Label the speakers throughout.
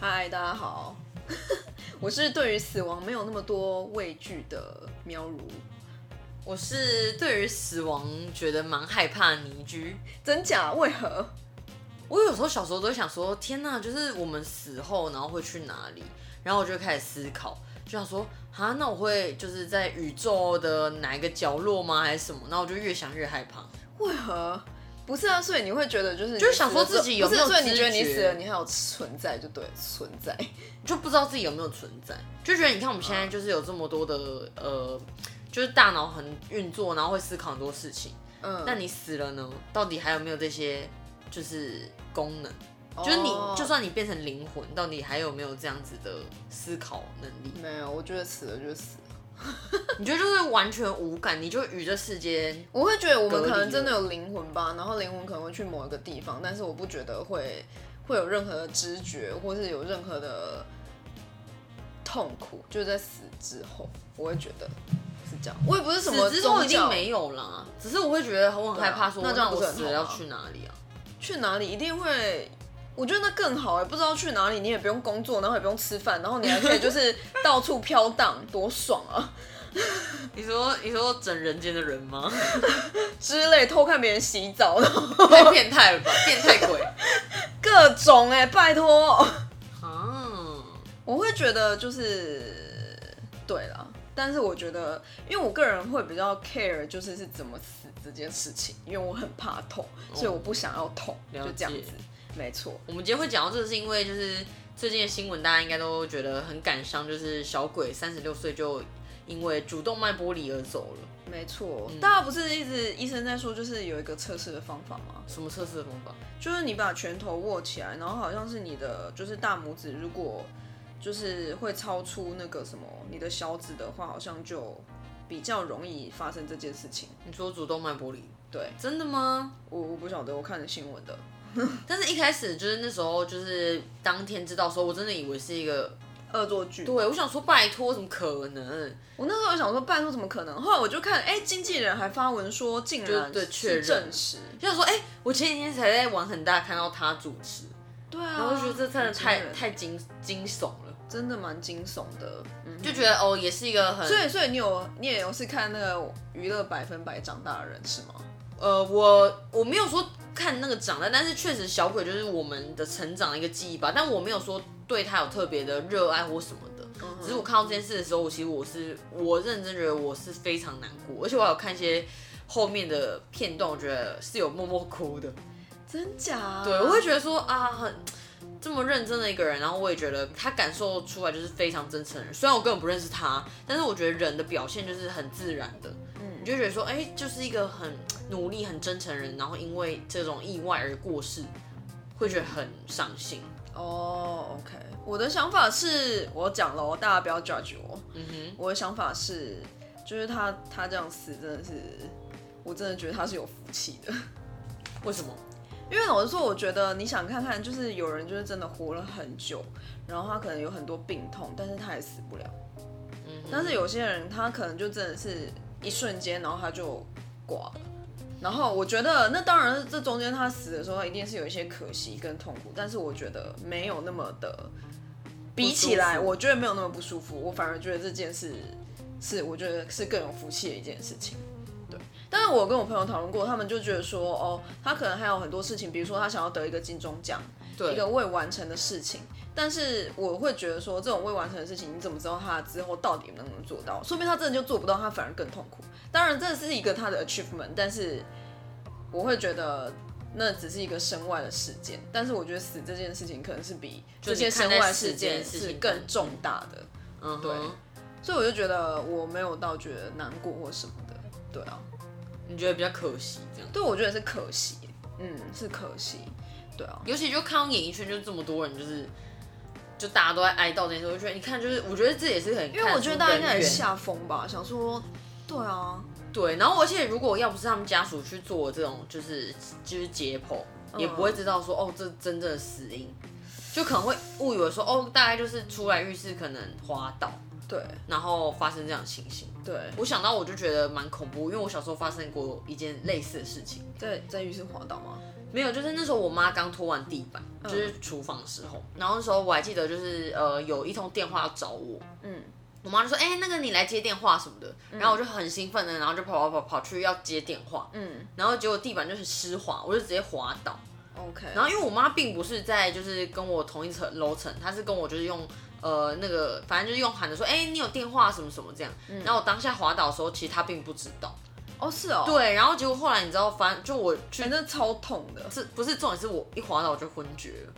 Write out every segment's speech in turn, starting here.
Speaker 1: 嗨，大家好， 我是对于死亡没有那么多畏惧的喵如，
Speaker 2: 我是对于死亡觉得蛮害怕的倪居。
Speaker 1: 真假？为何？
Speaker 2: 我有时候小时候都会想说，天呐，就是我们死后然后会去哪里？然后我就开始思考，就想说，啊，那我会就是在宇宙的哪一个角落吗？还是什么？然后我就越想越害怕。
Speaker 1: 为何？不是啊，所以你会觉得就是你
Speaker 2: 就是想
Speaker 1: 死了
Speaker 2: 说自
Speaker 1: 之
Speaker 2: 己
Speaker 1: 后
Speaker 2: 有没有
Speaker 1: 不是所以你
Speaker 2: 知
Speaker 1: 觉得你
Speaker 2: 觉
Speaker 1: 死了，你还有存在就对了，存在。
Speaker 2: 就不知道自己有没有存在，就觉得你看我们现在就是有这么多的呃，就是大脑很运作，然后会思考很多事情。
Speaker 1: 嗯，
Speaker 2: 那你死了呢？到底还有没有这些就是功能？就是你
Speaker 1: 哦
Speaker 2: 就算你变成灵魂，到底还有没有这样子的思考能力？
Speaker 1: 没有，我觉得死了就是死了。
Speaker 2: 你觉得就是完全无感，你就与这世间
Speaker 1: 我会觉得我们
Speaker 2: 隔离
Speaker 1: 可能真的有灵魂吧，然后灵魂可能会去某一个地方，但是我不觉得会会有任何的知觉，或是有任何的痛苦，就是在死之后，我会觉得是这样。我也不是什么
Speaker 2: 死之后
Speaker 1: 宗
Speaker 2: 一定
Speaker 1: 教，
Speaker 2: 没有啦。只是我会觉得我很害怕说，
Speaker 1: 对啊那这样不
Speaker 2: 我
Speaker 1: 是很
Speaker 2: 死了
Speaker 1: 好
Speaker 2: 要
Speaker 1: 吗
Speaker 2: 去哪里啊？
Speaker 1: 去哪里一定会。我觉得那更好哎、不知道去哪里，你也不用工作，然后也不用吃饭，然后你还可以就是到处飘荡，多爽啊！
Speaker 2: 你说你说整人间的人吗？
Speaker 1: 之类偷看别人洗澡，然后
Speaker 2: 太变态了吧，变态 鬼
Speaker 1: 各种哎、拜托。
Speaker 2: 啊！
Speaker 1: 我会觉得就是对啦，但是我觉得，因为我个人会比较 care 就是是怎么死这件事情，因为我很怕痛，所以我不想要痛，
Speaker 2: 哦了
Speaker 1: 就这样
Speaker 2: 解
Speaker 1: 子，没错。
Speaker 2: 我们今天会讲到这个，是因为就是最近的新闻，大家应该都觉得很感伤，就是小鬼三十六岁就因为主动脉剥离而走了。
Speaker 1: 没错，
Speaker 2: 嗯
Speaker 1: 大家不是一直医生在说，就是有一个测试的方法吗？
Speaker 2: 什么测试的方法？
Speaker 1: 就是你把拳头握起来，然后好像是你的就是大拇指，如果就是会超出那个什么你的小指的话，好像就比较容易发生这件事情。
Speaker 2: 你说主动脉剥离？
Speaker 1: 对，
Speaker 2: 真的吗？
Speaker 1: 我我不晓得，我看了新闻的。
Speaker 2: 但是一开始就是那时候就是当天知道的时候，我真的以为是一个，
Speaker 1: 恶作剧，
Speaker 2: 对我想说拜托，怎么可能？
Speaker 1: 我那时候想说，拜托怎么可能？后来我就看，哎、经纪人还发文说，竟然
Speaker 2: 就对
Speaker 1: 是
Speaker 2: 确认
Speaker 1: 证实，
Speaker 2: 就想说，哎、我前几天才在玩很大看到他主持，
Speaker 1: 对啊，
Speaker 2: 然后我就觉得这真的太
Speaker 1: 很惊人
Speaker 2: 太惊惊悚了，
Speaker 1: 真的蛮惊悚的，嗯。
Speaker 2: 就觉得哦，也是一个很
Speaker 1: 所以，所以你有你也有是看那个娱乐百分百长大的人是吗？
Speaker 2: 呃，我我没有说看那个长大，但是确实小鬼就是我们的成长的一个记忆吧。但我没有说对他有特别的热爱或什么的，只是我看到这件事的时候，我其实我是我认真觉得我是非常难过，而且我还有看一些后面的片段，我觉得是有默默哭的。
Speaker 1: 真假、
Speaker 2: 对，我会觉得说啊，很这么认真的一个人，然后我也觉得他感受出来就是非常真诚的人。虽然我根本不认识他，但是我觉得人的表现就是很自然的，嗯，你就觉得说，哎、就是一个很努力、很真诚的人，然后因为这种意外而过世，会觉得很伤心。
Speaker 1: 哦、o k 我的想法是，我讲喽，大家不要 judge 我。
Speaker 2: 嗯哼，
Speaker 1: 我的想法是，就是他他这样死真的是，我真的觉得他是有福气的。
Speaker 2: 为什么？
Speaker 1: 因为老实说，我觉得你想看看，就是有人就是真的活了很久，然后他可能有很多病痛，但是他也死不了。
Speaker 2: 嗯哼，
Speaker 1: 但是有些人他可能就真的是一瞬间，然后他就挂了。然后我觉得，那当然这中间他死的时候，他一定是有一些可惜跟痛苦，但是我觉得没有那么的，比起来，我觉得没有那么不舒服。我反而觉得这件事是我觉得是更有福气的一件事情。对，但是我跟我朋友讨论过，他们就觉得说，哦，他可能还有很多事情，比如说他想要得一个金钟奖，一个
Speaker 2: 对，
Speaker 1: 未完成的事情。但是我会觉得说，这种未完成的事情，你怎么知道他之后到底能不能做到？说明他真的就做不到，他反而更痛苦。当然，这是一个他的 achievement，但是我会觉得那只是一个身外的事件。但是我觉得死这件事情，可能是比这些身外事件是更重大的。
Speaker 2: 嗯
Speaker 1: 对
Speaker 2: 哼，
Speaker 1: 所以我就觉得我没有到觉得难过或什么的。对啊，
Speaker 2: 你觉得比较可惜这样。
Speaker 1: 对，我觉得是可惜，嗯，是可惜。对啊，
Speaker 2: 尤其就看到演艺圈就这么多人，就是就大家都在哀悼这件事，我就觉得你看，就是我觉得这也是很
Speaker 1: 因为我觉得大家应该也
Speaker 2: 也
Speaker 1: 吓疯吧，想说，对啊，
Speaker 2: 对，然后而且如果要不是他们家属去做这种就是就是解剖，也不会
Speaker 1: 嗯
Speaker 2: 知道说哦这真正的死因，就可能会误以为说哦大概就是出来浴室可能滑倒，
Speaker 1: 对
Speaker 2: 然后发生这样的情形。
Speaker 1: 对，
Speaker 2: 我想到我就觉得蛮恐怖，因为我小时候发生过一件类似的事情。
Speaker 1: 在在浴室滑倒吗？
Speaker 2: 没有，就是那时候我妈刚拖完地板，
Speaker 1: 嗯
Speaker 2: 就是厨房的时候，然后那时候我还记得就是呃有一通电话要找我，
Speaker 1: 嗯，
Speaker 2: 我妈就说哎、那个你来接电话什么的，然后我就很兴奋的，然后就跑跑跑跑去要接电话，
Speaker 1: 嗯
Speaker 2: 然后结果地板就是湿滑，我就直接滑倒，
Speaker 1: ，OK，
Speaker 2: 然后因为我妈并不是在就是跟我同一层楼层，她是跟我就是用呃那个反正就是用喊的说哎、你有电话什么什么这样，然后我当下滑倒的时候其实她并不知道，
Speaker 1: 哦是哦，
Speaker 2: 对，然后结果后来你知道反正就我去
Speaker 1: 哎，那超痛的，
Speaker 2: 这不是重点，是我一滑倒我就昏厥了。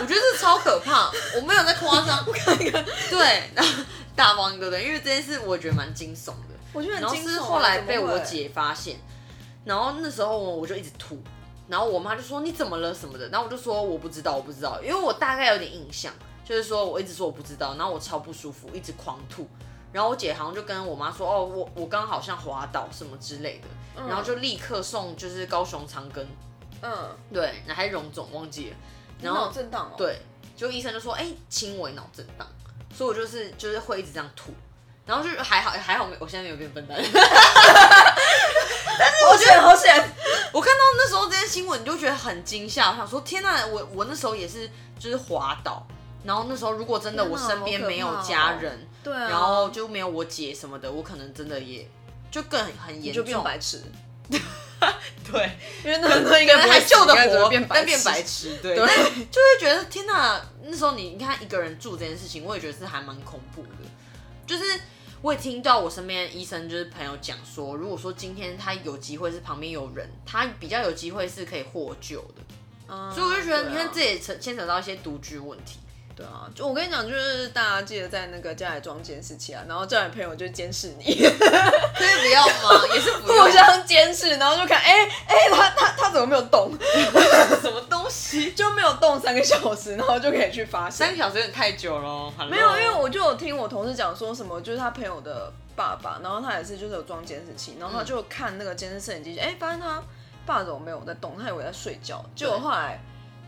Speaker 2: 我觉得这超可怕，我没有在夸张。 我看一看，对，然后大方哥的，因为这件事我觉得蛮惊悚的。
Speaker 1: 我觉得
Speaker 2: 然后
Speaker 1: 很惊悚啊
Speaker 2: 是后来被我，
Speaker 1: 怎么会
Speaker 2: 姐发现，然后那时候我就一直吐，然后我妈就说你怎么了什么的，然后我就说我不知道，我不知道，因为我大概有点印象，就是说我一直说我不知道，然后我超不舒服，一直狂吐，然后我姐好像就跟我妈说哦，我我刚好像滑倒什么之类的，然后就立刻送就是高雄长庚。
Speaker 1: 嗯，
Speaker 2: 对，那还是荣总忘记了，然
Speaker 1: 然后
Speaker 2: 后
Speaker 1: 震荡哦，，
Speaker 2: 对，就医生就说，哎、轻微脑震荡，所以我就是就是会一直这样吐，然后就是还好还好没，我现在没有变笨蛋。
Speaker 1: 好险好险，
Speaker 2: 我看到那时候这些新闻，你就觉得很惊吓，我想说天呐，我我那时候也是就是滑倒，然后那时候如果真的
Speaker 1: 天
Speaker 2: 我
Speaker 1: 哪
Speaker 2: 身边
Speaker 1: 好可
Speaker 2: 没有
Speaker 1: 怕哦
Speaker 2: 家人，
Speaker 1: 对啊，
Speaker 2: 然后就没有我姐什么的，我可能真的也就更很严
Speaker 1: 就
Speaker 2: 重，
Speaker 1: 变白 痴，
Speaker 2: 对。
Speaker 1: 因为那那应该
Speaker 2: 可能
Speaker 1: 不
Speaker 2: 还
Speaker 1: 会
Speaker 2: 救得
Speaker 1: 应该只
Speaker 2: 活，
Speaker 1: 会变白
Speaker 2: 但变 白
Speaker 1: 痴，
Speaker 2: 痴，对，
Speaker 1: 对
Speaker 2: 但 就会觉得天哪，那时候你你看一个人住这件事情，我也觉得是还蛮恐怖的，就是。我也听到我身边医生就是朋友讲说，如果说今天他有机会是旁边有人，他比较有机会是可以获救的，所
Speaker 1: 所
Speaker 2: 以我就觉得你看这
Speaker 1: 己，
Speaker 2: 也牵牵扯到一些独居问题。
Speaker 1: 对啊，就我跟你讲，就是大家记得在那个家里装监视器啊，然后叫你朋友就监视你，
Speaker 2: 所以不要吗？也是不
Speaker 1: 互
Speaker 2: 要
Speaker 1: 相监视，然后就看，哎、哎、他他他怎么没有动？
Speaker 2: 什么东西，
Speaker 1: 就没有动三个小时，然后就可以去发
Speaker 2: 三
Speaker 1: 现。
Speaker 2: 个小时有点太久了哦。
Speaker 1: 没有，因为我就有听我同事讲说什么，就是他朋友的爸爸，然后他也是就是有装监视
Speaker 2: 嗯
Speaker 1: 器，然后他就看那个监视摄影机，哎、发现他爸怎么没有在动，他以为在睡觉，结果后来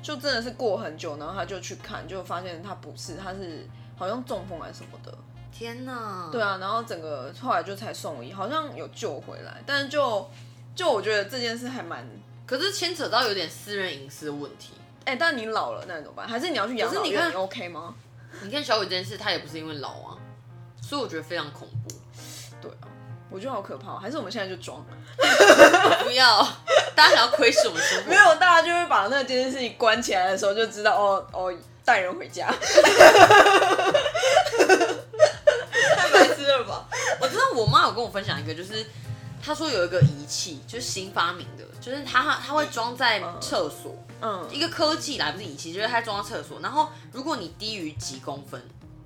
Speaker 1: 就真的是过很久，然后他就去看，就发现他不是，他是好像中风还是什么的。
Speaker 2: 嗯天哪，
Speaker 1: 对啊，然后整个后来就才送医，好像有救回来，但是就就我觉得这件事还蛮。
Speaker 2: 可是牵扯到有点私人隐私的问题。
Speaker 1: 哎、但你老了，那你怎么办？还是你要去养
Speaker 2: 可是
Speaker 1: 老
Speaker 2: 你
Speaker 1: 院？
Speaker 2: 看
Speaker 1: 你 OK 吗？
Speaker 2: 你看小伟这件事，他也不是因为老啊，所以我觉得非常恐怖。
Speaker 1: 对啊，我觉得好可怕哦。还是我们现在就装？
Speaker 2: 不要，大家想要窥视我们生 活
Speaker 1: 没。有，大家就会把那个监视器关起来的时候就知道哦哦，带人回家。
Speaker 2: 太白痴了吧？我知道我妈有跟我分享一个，就是她说有一个仪器，就是新发明的，就是它它会装在厕所，
Speaker 1: 嗯，
Speaker 2: 一个科技啦，不是仪器，就是它装在厕所。然后如果你低于几公分，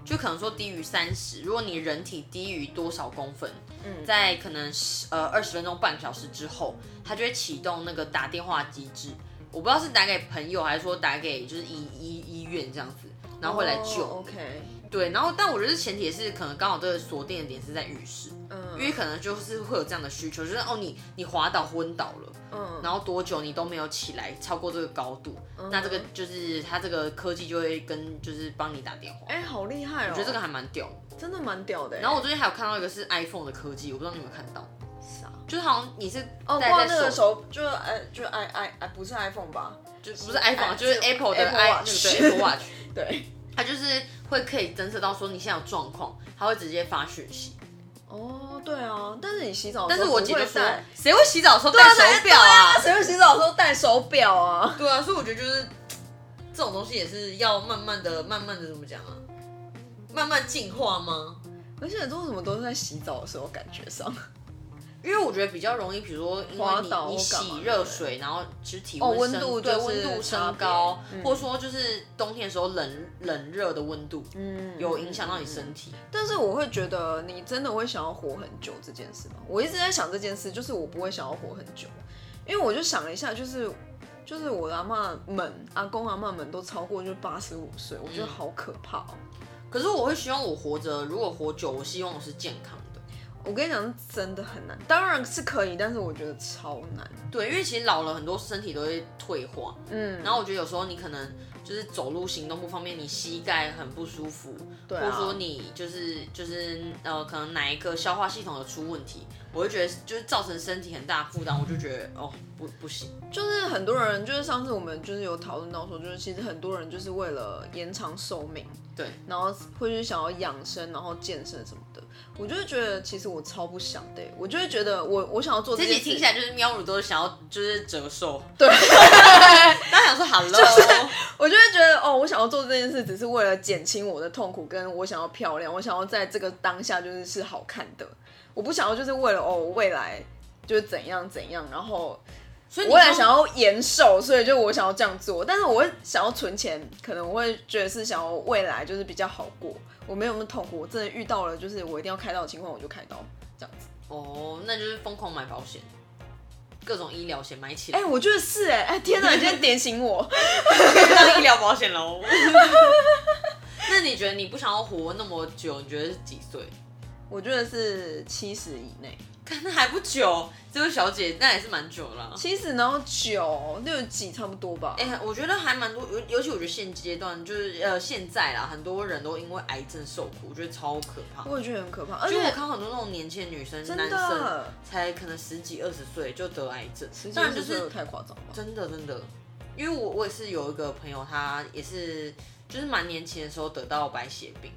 Speaker 2: 就可能说低于三十，如果你人体低于多少公分，
Speaker 1: 嗯
Speaker 2: 在可能10呃二十分钟、半小时之后，它就会启动那个打电话机制。我不知道是打给朋友，还是说打给就是医医医院这样子，然后会来救。
Speaker 1: 哦 OK，
Speaker 2: 对，然后但我觉得前提是可能刚好这个锁定的点是在浴室，因为
Speaker 1: 嗯
Speaker 2: 可能就是会有这样的需求，就是哦你你滑倒昏倒了，
Speaker 1: 嗯
Speaker 2: 然后多久你都没有起来超过这个高度，那这个就是它这个科技就会跟就是帮你打电话，
Speaker 1: 哎、好厉害哦！
Speaker 2: 我觉得这个还蛮屌的。
Speaker 1: 真的蛮屌的。欸
Speaker 2: 然后我最近还有看到一个是 iPhone 的科技，我不知道你有没有看到，
Speaker 1: 啥？
Speaker 2: 就是好像你是
Speaker 1: 哦，
Speaker 2: 戴
Speaker 1: 挂
Speaker 2: 在
Speaker 1: 那个
Speaker 2: 手
Speaker 1: 手就是哎，就是 i i i 不是 iPhone 吧？
Speaker 2: 就不是 iPhone，啊
Speaker 1: 哎
Speaker 2: 就是
Speaker 1: 是
Speaker 2: Apple 的
Speaker 1: Apple
Speaker 2: i 那个
Speaker 1: Watch
Speaker 2: 对 Apple Watch，
Speaker 1: 对。
Speaker 2: 它就是会可以侦测到说你现在有状况，它会直接发讯息。
Speaker 1: 哦，对啊，但是你洗澡的
Speaker 2: 但
Speaker 1: 时
Speaker 2: 是
Speaker 1: 候
Speaker 2: 我
Speaker 1: 不
Speaker 2: 姐就
Speaker 1: 会
Speaker 2: 说
Speaker 1: 戴，，
Speaker 2: 谁会洗澡的时候戴手表啊？
Speaker 1: 谁会洗澡的时候戴手表啊？
Speaker 2: 对啊，所以我觉得就是这种东西也是要慢慢的、慢慢的怎么讲啊？慢慢进化吗？
Speaker 1: 而且为什么都是在洗澡的时候感觉上？
Speaker 2: 因为我觉得比较容易，比如说因为
Speaker 1: 滑
Speaker 2: 你
Speaker 1: 倒
Speaker 2: 你
Speaker 1: 或干嘛
Speaker 2: 洗热水，然后其实体
Speaker 1: 哦
Speaker 2: 温
Speaker 1: 温
Speaker 2: 升
Speaker 1: 度
Speaker 2: 对
Speaker 1: 就是
Speaker 2: 温度
Speaker 1: 差
Speaker 2: 升
Speaker 1: 别
Speaker 2: 高，
Speaker 1: 嗯
Speaker 2: 或者说就是冬天的时候冷冷热的温度
Speaker 1: 嗯，
Speaker 2: 有影响到你身体。
Speaker 1: 但是我会觉得你真的会想要活很久这件事吗？我一直在想这件事，就是我不会想要活很久，因为我就想了一下，就是就是我的阿嬷们、阿公阿嬷们都超过就是八十五岁，我觉得好可怕哦、
Speaker 2: 可是我会希望我活着，如果活久，我希望我是健康的。
Speaker 1: 我跟你讲，是真的很难。当然是可以，但是我觉得超难。
Speaker 2: 对，因为其实老了很多身体都会退化，
Speaker 1: 嗯，
Speaker 2: 然后我觉得有时候你可能就是走路行动不方便，你膝盖很不舒服，
Speaker 1: 对啊
Speaker 2: 或者说你就是就是呃可能哪一个消化系统有出问题，我会觉得就是造成身体很大负担，我就觉得哦不不行，
Speaker 1: 就是很多人，就是上次我们就是有讨论到说，就是其实很多人就是为了延长寿命，
Speaker 2: 对，
Speaker 1: 然后会去想要养生，然后健身什么的。我就会觉得，其实我超不想的，欸我就会觉得我我想要做
Speaker 2: 这
Speaker 1: 这
Speaker 2: 集
Speaker 1: 件
Speaker 2: 听
Speaker 1: 事
Speaker 2: 起。来就是喵乳都想要就是折寿，
Speaker 1: 对，
Speaker 2: 大家想 说 hello，、
Speaker 1: 我就会觉得哦，我想要做这件事，只是为了减轻我的痛苦，跟我想要漂亮，我想要在这个当下就是是好看的，我不想要就是为了哦未来就是怎样怎样，然后
Speaker 2: 所以你
Speaker 1: 我也
Speaker 2: 刚
Speaker 1: 想要延寿，所以就我想要这样做，但是我会想要存钱，可能我会觉得是想要未来就是比较好过，我没有那么痛苦，我真的遇到了就是我一定要开刀的情况我就开刀这样子。
Speaker 2: 哦，那就是疯狂买保险，各种医疗险买起来
Speaker 1: 哎、，我觉得是哎、哎 天哪，你今天点醒我。
Speaker 2: 当医疗保险哦喽。 那你觉得你不想要活那么久？你觉得是几岁？
Speaker 1: 我觉得是七十以内，
Speaker 2: 看那还不久，这位小姐那也是蛮久了啦。
Speaker 1: 七十然后九六十几差不多吧。
Speaker 2: 哎、我觉得还蛮多，尤尤其我觉得现阶段就是呃现在啦，很多人都因为癌症受苦，我觉得超可怕。
Speaker 1: 我也觉得很可怕，而
Speaker 2: 就
Speaker 1: 且
Speaker 2: 我看到很多那种年轻的女生、
Speaker 1: 真
Speaker 2: 男生，
Speaker 1: 的，
Speaker 2: 才可能十几二十岁就得癌症，
Speaker 1: 其
Speaker 2: 当
Speaker 1: 实
Speaker 2: 然就是
Speaker 1: 太夸张了。
Speaker 2: 真的真的，因为我我也是有一个朋友，他也是就是蛮年轻的时候得到白血病，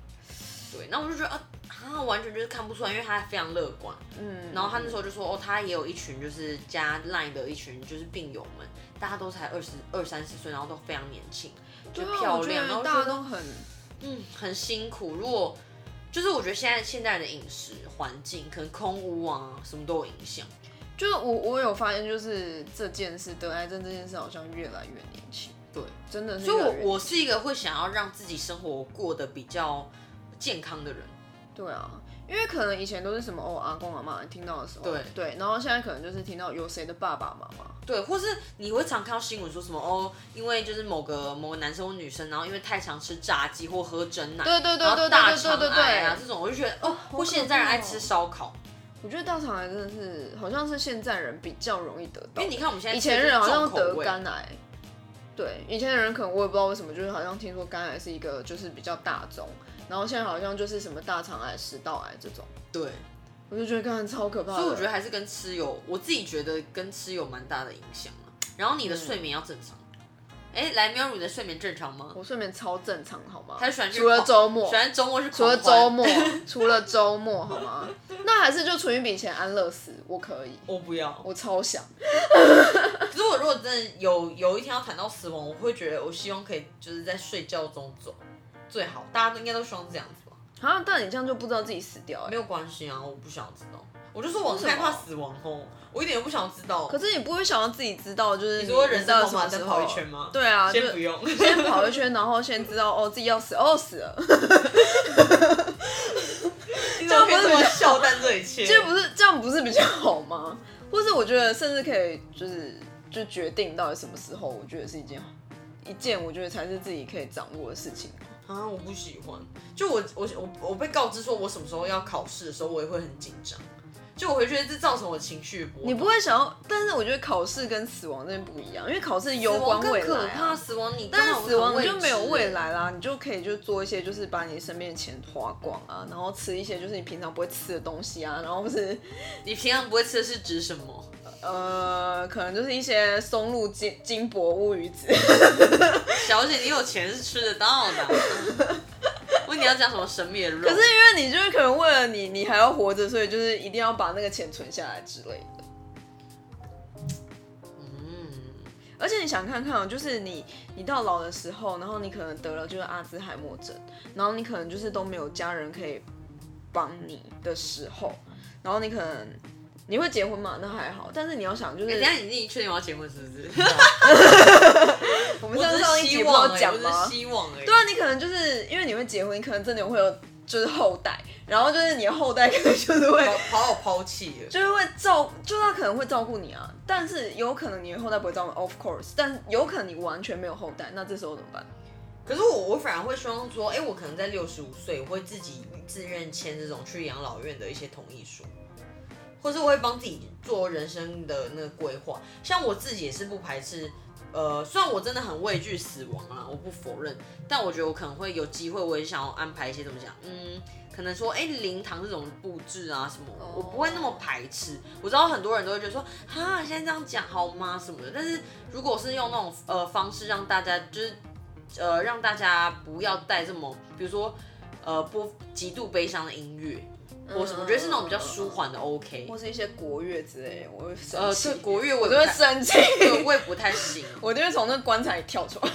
Speaker 2: 对，那我就觉得啊，他完全就是看不出来，因为他非常乐观。
Speaker 1: 嗯，
Speaker 2: 然后他那时候就说，哦，他也有一群就是加 line 的一群就是病友们，大家都才二十二三十岁，然后都非常年轻，就
Speaker 1: 对啊
Speaker 2: 漂
Speaker 1: 我觉
Speaker 2: 亮，
Speaker 1: 得
Speaker 2: 然后
Speaker 1: 大
Speaker 2: 觉
Speaker 1: 家
Speaker 2: 得
Speaker 1: 都很
Speaker 2: 嗯很辛苦。如果就是我觉得现在现代人的饮食环境，可能空屋啊什么都有影响。
Speaker 1: 就是我我有发现，就是这件事得癌症这件事好像越来越年轻，
Speaker 2: 对，
Speaker 1: 真的是
Speaker 2: 所以
Speaker 1: 越来
Speaker 2: 我
Speaker 1: 越。
Speaker 2: 我是一个会想要让自己生活过得比较健康的人，
Speaker 1: 对啊，因为可能以前都是什么哦阿公阿妈听到的时候，
Speaker 2: 对啊
Speaker 1: 对，然后现在可能就是听到有谁的爸爸妈妈，
Speaker 2: 对，或是你会常看到新闻说什么哦，因为就是某个某个男生或女生，然后因为太常吃炸鸡或喝真奶，
Speaker 1: 对对对
Speaker 2: 然
Speaker 1: 对对
Speaker 2: 后大
Speaker 1: 对对
Speaker 2: 肠
Speaker 1: 对
Speaker 2: 癌啊
Speaker 1: 对，
Speaker 2: 这种，我就觉得哦，
Speaker 1: 好
Speaker 2: 或
Speaker 1: 可
Speaker 2: 现在人
Speaker 1: 怕
Speaker 2: 爱
Speaker 1: 哦
Speaker 2: 吃烧烤，
Speaker 1: 我觉得大肠癌真的是好像是现在人比较容易得到
Speaker 2: 因为，你看我们现在
Speaker 1: 以
Speaker 2: 吃的
Speaker 1: 前
Speaker 2: 就是
Speaker 1: 人好
Speaker 2: 重
Speaker 1: 像
Speaker 2: 口
Speaker 1: 得
Speaker 2: 味，
Speaker 1: 肝癌，对，以前的人可能我也不知道为什么，就是好像听说肝癌是一个就是比较大宗，然后现在好像就是什么大肠癌、食道癌这种，
Speaker 2: 对，
Speaker 1: 我就觉得肝癌超可怕的。
Speaker 2: 所以我觉得还是跟吃有，我自己觉得跟吃有蛮大的影响啊。然后你的
Speaker 1: 嗯
Speaker 2: 睡眠要正常，哎、来喵乳，你的睡眠正常吗？
Speaker 1: 我睡眠超正常，好吗？
Speaker 2: 他喜欢去
Speaker 1: 除了
Speaker 2: 狂
Speaker 1: 周末
Speaker 2: 虽，然周末是
Speaker 1: 除
Speaker 2: 除
Speaker 1: 了周末，除了周末，好吗？ 那还是就存一笔钱安乐死，我可以，
Speaker 2: 我不要，
Speaker 1: 我超想。
Speaker 2: 可是我如果真的有有一天要谈到死亡，我会觉得我希望可以就是在睡觉中走，最好大家都应该都希望这样子吧。
Speaker 1: 啊，但你这样就不知道自己死掉哎、
Speaker 2: 没有关系啊，我不想知道。我就说我
Speaker 1: 为
Speaker 2: 很
Speaker 1: 什么
Speaker 2: 害怕死亡哦，我一点也不想知道。
Speaker 1: 可是你不会想要自己知道，就是
Speaker 2: 你说人
Speaker 1: 人
Speaker 2: 生
Speaker 1: 到
Speaker 2: 跑
Speaker 1: 什
Speaker 2: 马
Speaker 1: 么时
Speaker 2: 灯
Speaker 1: 候
Speaker 2: 跑一圈吗
Speaker 1: 对啊，
Speaker 2: 先
Speaker 1: 就
Speaker 2: 不用，
Speaker 1: 先跑一圈，然后先知道哦自己要死，哦死了，
Speaker 2: 这样
Speaker 1: 不是
Speaker 2: 这么笑淡这一切。
Speaker 1: 这不是这样不是比较好吗？或是我觉得甚至可以就是就决定到底什么时候，我觉得是一件一件我觉得才是自己可以掌握的事情。
Speaker 2: 啊，我不喜欢。就我我我我被告知说我什么时候要考试的时候，我也会很紧张。就我会觉得这造成我情绪波动。
Speaker 1: 你不会想要，但是我觉得考试跟死亡真的不一样，因为考试攸
Speaker 2: 死
Speaker 1: 关
Speaker 2: 亡
Speaker 1: 未
Speaker 2: 更可
Speaker 1: 来、
Speaker 2: 怕，
Speaker 1: 啊。
Speaker 2: 死亡你
Speaker 1: 但
Speaker 2: 刚
Speaker 1: 是
Speaker 2: 好
Speaker 1: 死亡
Speaker 2: 很
Speaker 1: 你就
Speaker 2: 未
Speaker 1: 没有
Speaker 2: 知欸
Speaker 1: 未来啦，你就可以就做一些就是把你身边的钱花光啊，然后吃一些就是你平常不会吃的东西啊，然后或是
Speaker 2: 你平常不会吃的是指什么？
Speaker 1: 呃可能就是一些松露金金箔乌鱼子，
Speaker 2: 小姐，你有钱是吃得到的啊。问你要讲什么神秘的肉？
Speaker 1: 可是因为你就是可能为了你，你还要活着，所以就是一定要把那个钱存下来之类的。
Speaker 2: 嗯，
Speaker 1: 而且你想看看哦，就是你你到老的时候，然后你可能得了就是阿兹海默症，然后你可能就是都没有家人可以帮你的时候，然后你可能你会结婚嘛？那还好，但是你要想就是
Speaker 2: 欸等一，下你已经确定我要结婚是不是？
Speaker 1: 我们
Speaker 2: 我
Speaker 1: 上
Speaker 2: 只
Speaker 1: 上
Speaker 2: 是
Speaker 1: 一集
Speaker 2: 希
Speaker 1: 不
Speaker 2: 望
Speaker 1: 有
Speaker 2: 而已，
Speaker 1: 讲
Speaker 2: 我
Speaker 1: 吗
Speaker 2: 只是？希望欸而已。
Speaker 1: 对啊，你可能就是因为你会结婚，你可能真的会有就是后代，然后就是你的后代可能就是会
Speaker 2: 把把我抛弃了。
Speaker 1: 就是会照，就他可能会照顾你啊，但是有可能你的后代不会照顾你，of course，但有可能你完全没有后代，那这时候怎么办？
Speaker 2: 可是我我反而会希望说，哎、我可能在六十五岁，我会自己自愿签这种去养老院的一些同意书，或是我会帮自己做人生的那个规划。像我自己也是不排斥，呃，虽然我真的很畏惧死亡啊啦，我不否认，但我觉得我可能会有机会，我也想要安排一些怎么讲，嗯，可能说，哎、灵堂这种布置啊什么，我不会那么排斥。我知道很多人都会觉得说，哈，现在这样讲好吗什么的，但是如果是用那种呃方式让大家就是。呃，让大家不要带这么，比如说，呃，播极度悲伤的音乐，我我觉得是那种比较舒缓的 OK。
Speaker 1: 或是一些国乐之类的，我会生
Speaker 2: 呃，
Speaker 1: 气
Speaker 2: 对国乐我
Speaker 1: 我就会生气，
Speaker 2: 对我也不太行。
Speaker 1: 我就会从那棺材里跳出来。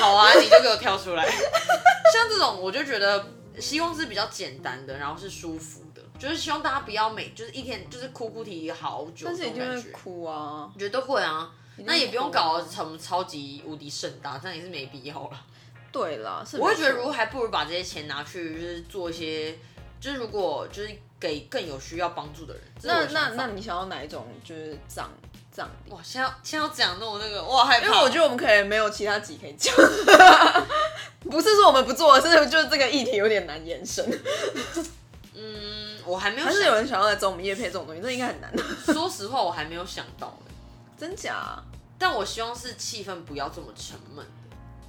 Speaker 2: 好啊，你就给我跳出来。 像这种，我就觉得希望是比较简单的，然后是舒服的，就是希望大家不要每就是一天就是哭哭啼啼好久，
Speaker 1: 但
Speaker 2: 这
Speaker 1: 是一
Speaker 2: 种
Speaker 1: 定
Speaker 2: 感
Speaker 1: 会
Speaker 2: 觉，
Speaker 1: 哭啊
Speaker 2: 我！觉得都会啊。那也不用
Speaker 1: 哭啊
Speaker 2: 搞得什么超级无敌盛大，这样也是没必要了。
Speaker 1: 对啦，是
Speaker 2: 我会觉得，
Speaker 1: 没错
Speaker 2: 如果还不如把这些钱拿去，就是做一些，就是如果就是给更有需要帮助的人。这是我
Speaker 1: 那
Speaker 2: 的
Speaker 1: 那
Speaker 2: 想法
Speaker 1: 那你想要哪一种就是葬葬礼？
Speaker 2: 哇，先要先要讲那种那个，哇害怕。
Speaker 1: 因为我觉得我们可能没有其他集可以讲， 不是说我们不做，是就是这个议题有点难延伸。
Speaker 2: 嗯，我还没有
Speaker 1: 还
Speaker 2: 想，
Speaker 1: 是有人想要来找我们叶配这种东西，那应该很难。
Speaker 2: 说实话，我还没有想到、 欸
Speaker 1: 真假？啊
Speaker 2: 但我希望是气氛不要这么沉闷，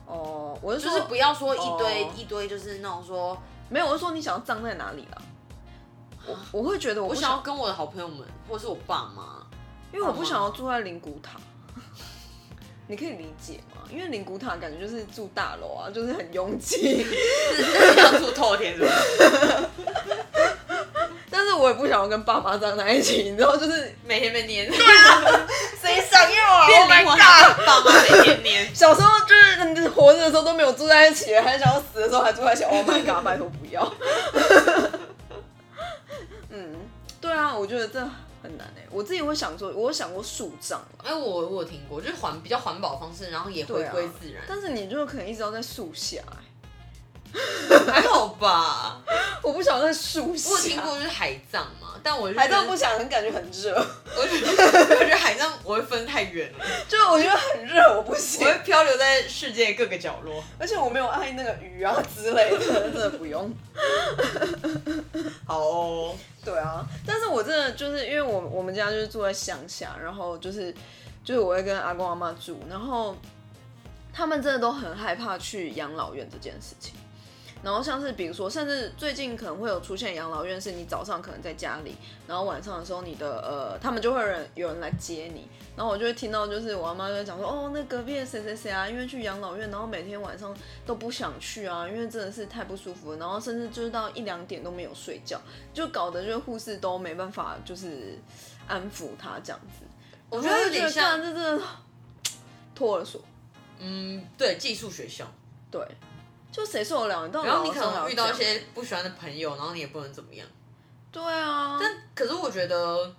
Speaker 1: 哦，我是
Speaker 2: 就
Speaker 1: 说，
Speaker 2: 是不要说一堆、
Speaker 1: 哦
Speaker 2: 一堆，就是那种说，
Speaker 1: 没有，我是说你想要葬在哪里啦？我我会觉得我
Speaker 2: 我
Speaker 1: 不
Speaker 2: 想
Speaker 1: 想
Speaker 2: 要，跟我的好朋友们，或者是我爸妈，
Speaker 1: 因为我不想要住在灵骨塔。 你可以理解吗？因为灵骨塔感觉就是住大楼啊，就是很拥挤。
Speaker 2: 是要住透天是吧？
Speaker 1: 但是我也不想要跟爸妈葬在一起，你知道，就是
Speaker 2: 每天被 黏，
Speaker 1: 谁想要啊
Speaker 2: 变灵魂，爸妈每天黏。
Speaker 1: 小时候就是你活着的时候都没有住在一起，还想要死的时候还住在一起。Oh my god！拜托不要。 嗯，对啊，我觉得这很难哎、我自己会想说，我有想过树葬啦，
Speaker 2: 哎，我我有听过，就是环比较环保的方式，然后也回
Speaker 1: 对啊
Speaker 2: 归自然，
Speaker 1: 但是你就可能一直要在树下、 欸，
Speaker 2: 还好 吧？
Speaker 1: 我不想在树下。
Speaker 2: 我有听过就是海葬嘛，但我就
Speaker 1: 海
Speaker 2: 觉得
Speaker 1: 葬不，想，很感觉很热，
Speaker 2: 我就觉得我觉得海葬我会分太远了，
Speaker 1: 就我觉得很热，我不行
Speaker 2: 我。会漂流在世界各个角落。
Speaker 1: 而且我没有爱那个鱼啊之类的， 真的不用。
Speaker 2: 好哦，
Speaker 1: 对啊，但是我真的就是因为我我们家就是住在乡下，然后就是就是我会跟阿公阿妈住，然后他们真的都很害怕去养老院这件事情。然后像是比如说，甚至最近可能会有出现养老院，是你早上可能在家里，然后晚上的时候你的呃，他们就会有人有人来接你，然后我就会听到就是我阿妈就会讲说，哦，那隔壁的谁谁谁啊，因为去养老院，然后每天晚上都不想去啊，因为真的是太不舒服了，然后甚至就是到一两点都没有睡觉，就搞得就是护士都没办法就是安抚他这样子，
Speaker 2: 我
Speaker 1: 我
Speaker 2: 觉得有点像
Speaker 1: 这真的托儿所，
Speaker 2: 嗯，对，寄宿学校，
Speaker 1: 对，就谁受得了？你到
Speaker 2: 然后你可
Speaker 1: 哦老了
Speaker 2: 能遇到一
Speaker 1: 这样
Speaker 2: 些不喜欢的朋友，然后你也不能怎么样。
Speaker 1: 对啊，
Speaker 2: 但可是我觉得，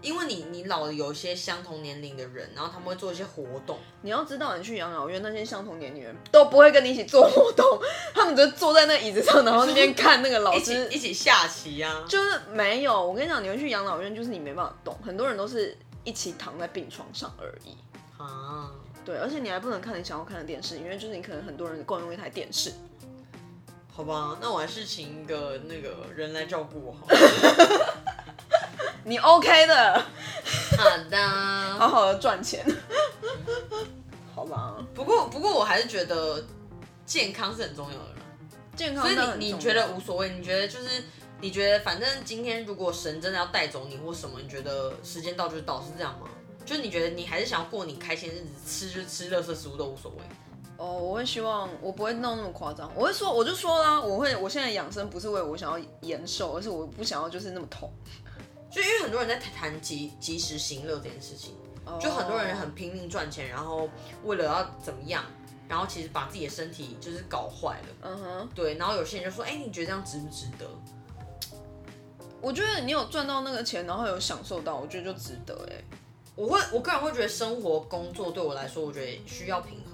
Speaker 2: 因为你你老了有一些相同年龄的人，然后他们会做一些活动，
Speaker 1: 你要知道，你去养老院那些相同年龄人都不会跟你一起做活动， 他们只是坐在那椅子上，然后那 边看那个老
Speaker 2: 一起
Speaker 1: 师
Speaker 2: 一，起下棋啊，
Speaker 1: 就是没有。我跟你讲，你会去养老院，就是你没办法动，很多人都是一起躺在病床上而已。
Speaker 2: 啊，
Speaker 1: 对，而且你还不能看你想要看的电视，因为就是你可能很多人共用一台电视。
Speaker 2: 好吧，那我还是请一个那个人来照顾我好了。
Speaker 1: 你 OK 的，
Speaker 2: 好的。
Speaker 1: 好好的赚钱，好吧？
Speaker 2: 不过不过我还是觉得健康是很重要的啦，
Speaker 1: 健康
Speaker 2: 所
Speaker 1: 当然
Speaker 2: 以
Speaker 1: 很
Speaker 2: 你你
Speaker 1: 重
Speaker 2: 觉
Speaker 1: 要
Speaker 2: 得无所谓，你觉得就是你觉得反正今天如果神真的要带走你或什么，你觉得时间到就到是这样吗？就是你觉得你还是想要过你开心的日子，吃就吃垃圾食物都无所谓。
Speaker 1: 哦，我会希望我不会弄那么夸张，我会说，我就说啦，我会，我现在养生不是为我想要延寿，而是我不想要就是那么痛，
Speaker 2: 就因为很多人在谈及及时行乐这件事情，
Speaker 1: 哦
Speaker 2: 就很多人很拼命赚钱，然后为了要怎么样，然后其实把自己的身体就是搞坏了。
Speaker 1: 嗯哼，
Speaker 2: 对，然后有些人就说，哎、你觉得这样值不值得？
Speaker 1: 我觉得你有赚到那个钱，然后有享受到，我觉得就值得哎、
Speaker 2: 我会，我个人会觉得生活工作对我来说，我觉得需要平衡。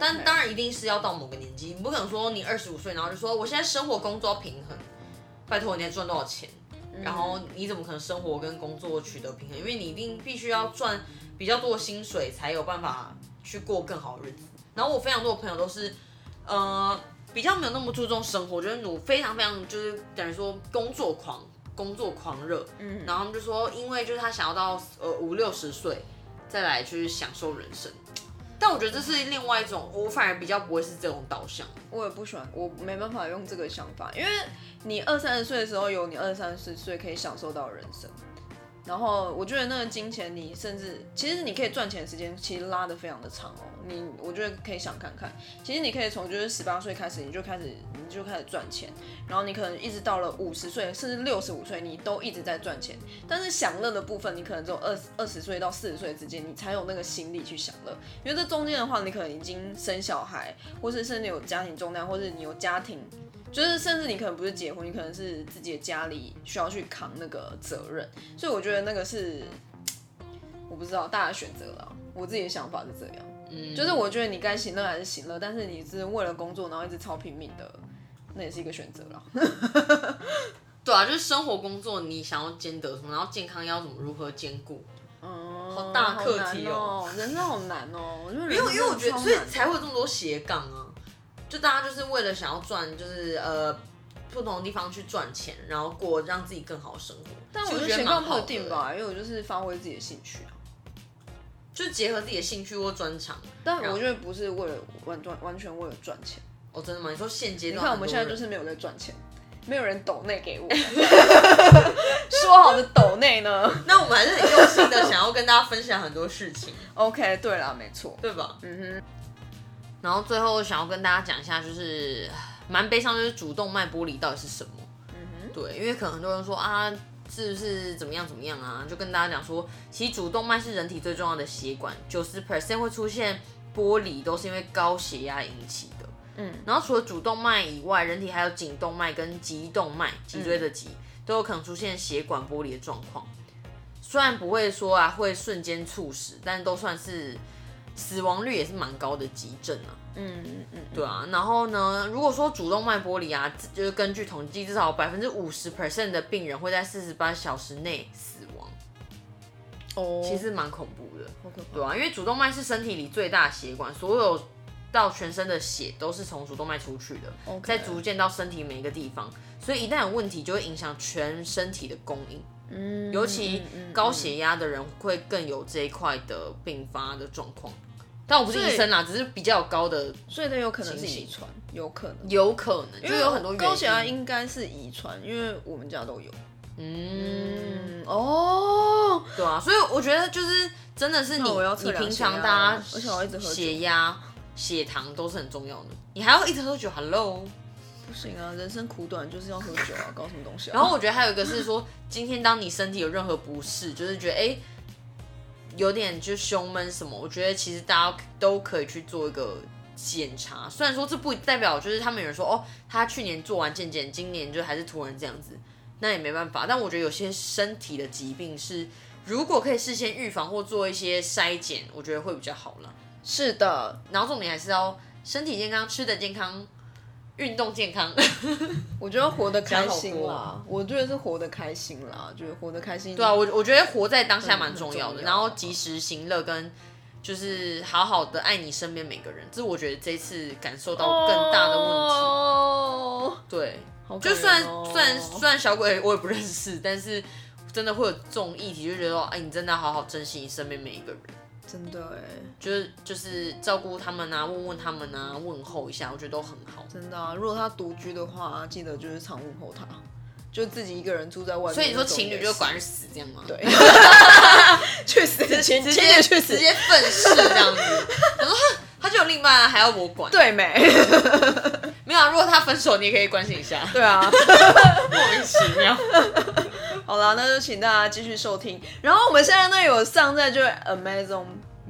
Speaker 2: 但
Speaker 1: OK
Speaker 2: 当然一定是要到某个年纪，你不可能说你二十五岁，然后就说我现在生活工作要平衡。拜托，你在赚多少钱？然后你怎么可能生活跟工作取得平衡？因为你一定必须要赚比较多的薪水，才有办法去过更好的日子。然后我非常多的朋友都是，呃，比较没有那么注重生活，就是努非常非常就是等于说工作狂，工作狂热。嗯，然后他们就说，因为就是他想要到呃五六十岁再来去享受人生，但我觉得这是另外一种，我反而比较不会是这种导向。
Speaker 1: 我也不喜欢，我没办法用这个想法，因为你二三十岁的时候有你二三十岁可以享受到的人生，然后我觉得那个金钱，你甚至其实你可以赚钱的时间其实拉得非常的长哦，你我觉得可以想看看，其实你可以从就是十八岁开始你就开始你就开始赚钱，然后你可能一直到了五十岁甚至六十五岁你都一直在赚钱，但是享乐的部分你可能只有二二十岁到四十岁之间你才有那个心力去享乐，因为这中间的话你可能已经生小孩，或是甚至有家庭重担，或是你有家庭。就是甚至你可能不是结婚，你可能是自己的家里需要去扛那个责任，所以我觉得那个是我不知道大家选择了，我自己的想法是这样，
Speaker 2: 嗯，
Speaker 1: 就是我觉得你该行乐还是行乐，但是你是为了工作然后一直超拼命的，那也是一个选择啦。
Speaker 2: 对啊，就是生活工作你想要兼得什么，然后健康要怎么如何兼顾，
Speaker 1: 嗯，
Speaker 2: 好大课题
Speaker 1: 哦
Speaker 2: 哦、
Speaker 1: 人生好难哦、因为
Speaker 2: 因为因为我觉得，所以才会有
Speaker 1: 会
Speaker 2: 这么多斜杠啊，就大家就是为了想要赚，就是呃不同的地方去赚钱，然后过让自己更好的生活。
Speaker 1: 但我觉
Speaker 2: 其实
Speaker 1: 得
Speaker 2: 我
Speaker 1: 斜
Speaker 2: 蛮
Speaker 1: 杠
Speaker 2: 好
Speaker 1: 不
Speaker 2: 的
Speaker 1: 一定，吧，因为我就是发挥自己的兴趣啊，
Speaker 2: 就结合自己的兴趣或专长。
Speaker 1: 但我觉得不是为了完完完全为了赚钱。
Speaker 2: 哦，真的吗？你说现阶
Speaker 1: 你
Speaker 2: 段
Speaker 1: 看我
Speaker 2: 很
Speaker 1: 们
Speaker 2: 多
Speaker 1: 现
Speaker 2: 人，
Speaker 1: 在就是没有在赚钱， 没有人抖内给 我们，说好的抖内呢
Speaker 2: 那我们还是很用心的，想要跟大家分享很多事情，
Speaker 1: ？OK，对啦，没错，
Speaker 2: 对吧？
Speaker 1: 嗯
Speaker 2: 然后最后想要跟大家讲一下，就是呃蛮悲伤，就是主动脉剥离到底是什么？
Speaker 1: 哼，嗯哼，
Speaker 2: 对，因为可能很多人说啊，是不是怎么样怎么样啊？就跟大家讲说，其实主动脉是人体最重要的血管，九十 percent 会出现剥离，都是因为高血压引起的。
Speaker 1: 嗯，
Speaker 2: 然后除了主动脉以外，人体还有颈动脉跟棘动脉，脊椎的脊、
Speaker 1: 嗯
Speaker 2: 都有可能出现血管剥离的状况。虽然不会说啊会瞬间猝死，但都算是死亡率也是蛮高的急症啊。
Speaker 1: 嗯嗯嗯，
Speaker 2: 对啊，然后呢，如果说主动脉剥离啊，就是根据统计，至少百分之五十 percent 的病人会在四十八小时内死亡，
Speaker 1: 哦，
Speaker 2: 其实蛮恐怖的。
Speaker 1: 好可
Speaker 2: 对啊，因为主动脉是身体里最大的血管，所有到全身的血都是从主动脉出去的
Speaker 1: OK
Speaker 2: 再逐渐到身体每一个地方，所以一旦有问题，就会影响全身体的供应。
Speaker 1: 嗯，
Speaker 2: 尤其
Speaker 1: 嗯嗯
Speaker 2: 高
Speaker 1: 嗯
Speaker 2: 血压的人会更有这一块的并发的状况。但我不是医生
Speaker 1: 嗯
Speaker 2: 啦，只是比较有高的，
Speaker 1: 所以这有可能是
Speaker 2: 情形
Speaker 1: 遗传，有可能，
Speaker 2: 有可能就有很多原因。
Speaker 1: 高血压应该是遗传，因为我们家都有。
Speaker 2: 嗯，
Speaker 1: 嗯，哦，
Speaker 2: 对啊，所以我觉得就是真的是你，
Speaker 1: 那我要测
Speaker 2: 你
Speaker 1: 量
Speaker 2: 平
Speaker 1: 血压
Speaker 2: 常大家
Speaker 1: 而且我要一直喝酒
Speaker 2: 血压、血糖都是很重要的，你还要一直喝酒，hello。
Speaker 1: 不行啊，人生苦短，就是要喝酒啊，搞什么东西啊？
Speaker 2: 然后我觉得还有一个是说，今天当你身体有任何不适，就是觉得哎、诶有点就胸闷什么，我觉得其实大家都可以去做一个检查。虽然说这不代表就是他们有人说哦，他去年做完健检，今年就还是突然这样子，那也没办法。但我觉得有些身体的疾病是，如果可以事先预防或做一些筛检，我觉得会比较好啦。
Speaker 1: 是的，
Speaker 2: 然后重点还是要身体健康，吃的健康，运动健康。
Speaker 1: 我觉得活得开心
Speaker 2: 讲好啊
Speaker 1: 啦，我觉得是活得开心啦，就是活得开心。对
Speaker 2: 对啊，我我觉得活在当下蛮重要
Speaker 1: 很
Speaker 2: 的，
Speaker 1: 重要
Speaker 2: 然后及时行乐跟就是好好的爱你身边每个人，这是我觉得这一次感受到更大的问题。
Speaker 1: 哦、
Speaker 2: 对，
Speaker 1: 好感人哦
Speaker 2: 就虽然、虽然虽然小鬼我也不认识，但是真的会有这种议题，就觉得说哎，你真的要好好珍惜你身边每一个人，
Speaker 1: 真的哎，
Speaker 2: 就是就是照顾他们啊，问问他们啊，问候一下，我觉得都很好。
Speaker 1: 真的啊，如果他独居的话，记得就是常问候他，就自己一个人住在外面。
Speaker 2: 所以你说情侣就管去死这样吗？对
Speaker 1: 对， 去死，情
Speaker 2: 直
Speaker 1: 情侣
Speaker 2: 接
Speaker 1: 去
Speaker 2: 直
Speaker 1: 死，
Speaker 2: 接愤世这样子。 然后他就有另一半啊，还要我 管？
Speaker 1: 对没？。
Speaker 2: 没有、啊，如果他分手，你也可以关心一下
Speaker 1: 对啊。
Speaker 2: 莫名其妙。
Speaker 1: 好啦，那就请大家继续收听。然后我们现在呢有上在就是 Amazon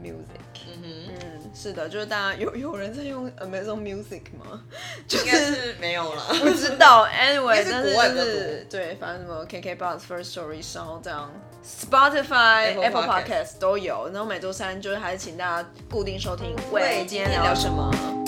Speaker 1: Music，
Speaker 2: 嗯
Speaker 1: 嗯，是的，就是大家有有人在用 Amazon Music 吗？就
Speaker 2: 哼，应该是没有了。
Speaker 1: 不知 道，anyway，
Speaker 2: 应该是
Speaker 1: 但是
Speaker 2: 国外
Speaker 1: 就
Speaker 2: 比较
Speaker 1: 是对，反正什么 KK Box、First Story、然后这样，Spotify、
Speaker 2: Apple
Speaker 1: Apple
Speaker 2: Podcast
Speaker 1: Podcast 都有。然后每周三就是还是请大家固定收听。
Speaker 2: 喂
Speaker 1: 喂，今天聊什么？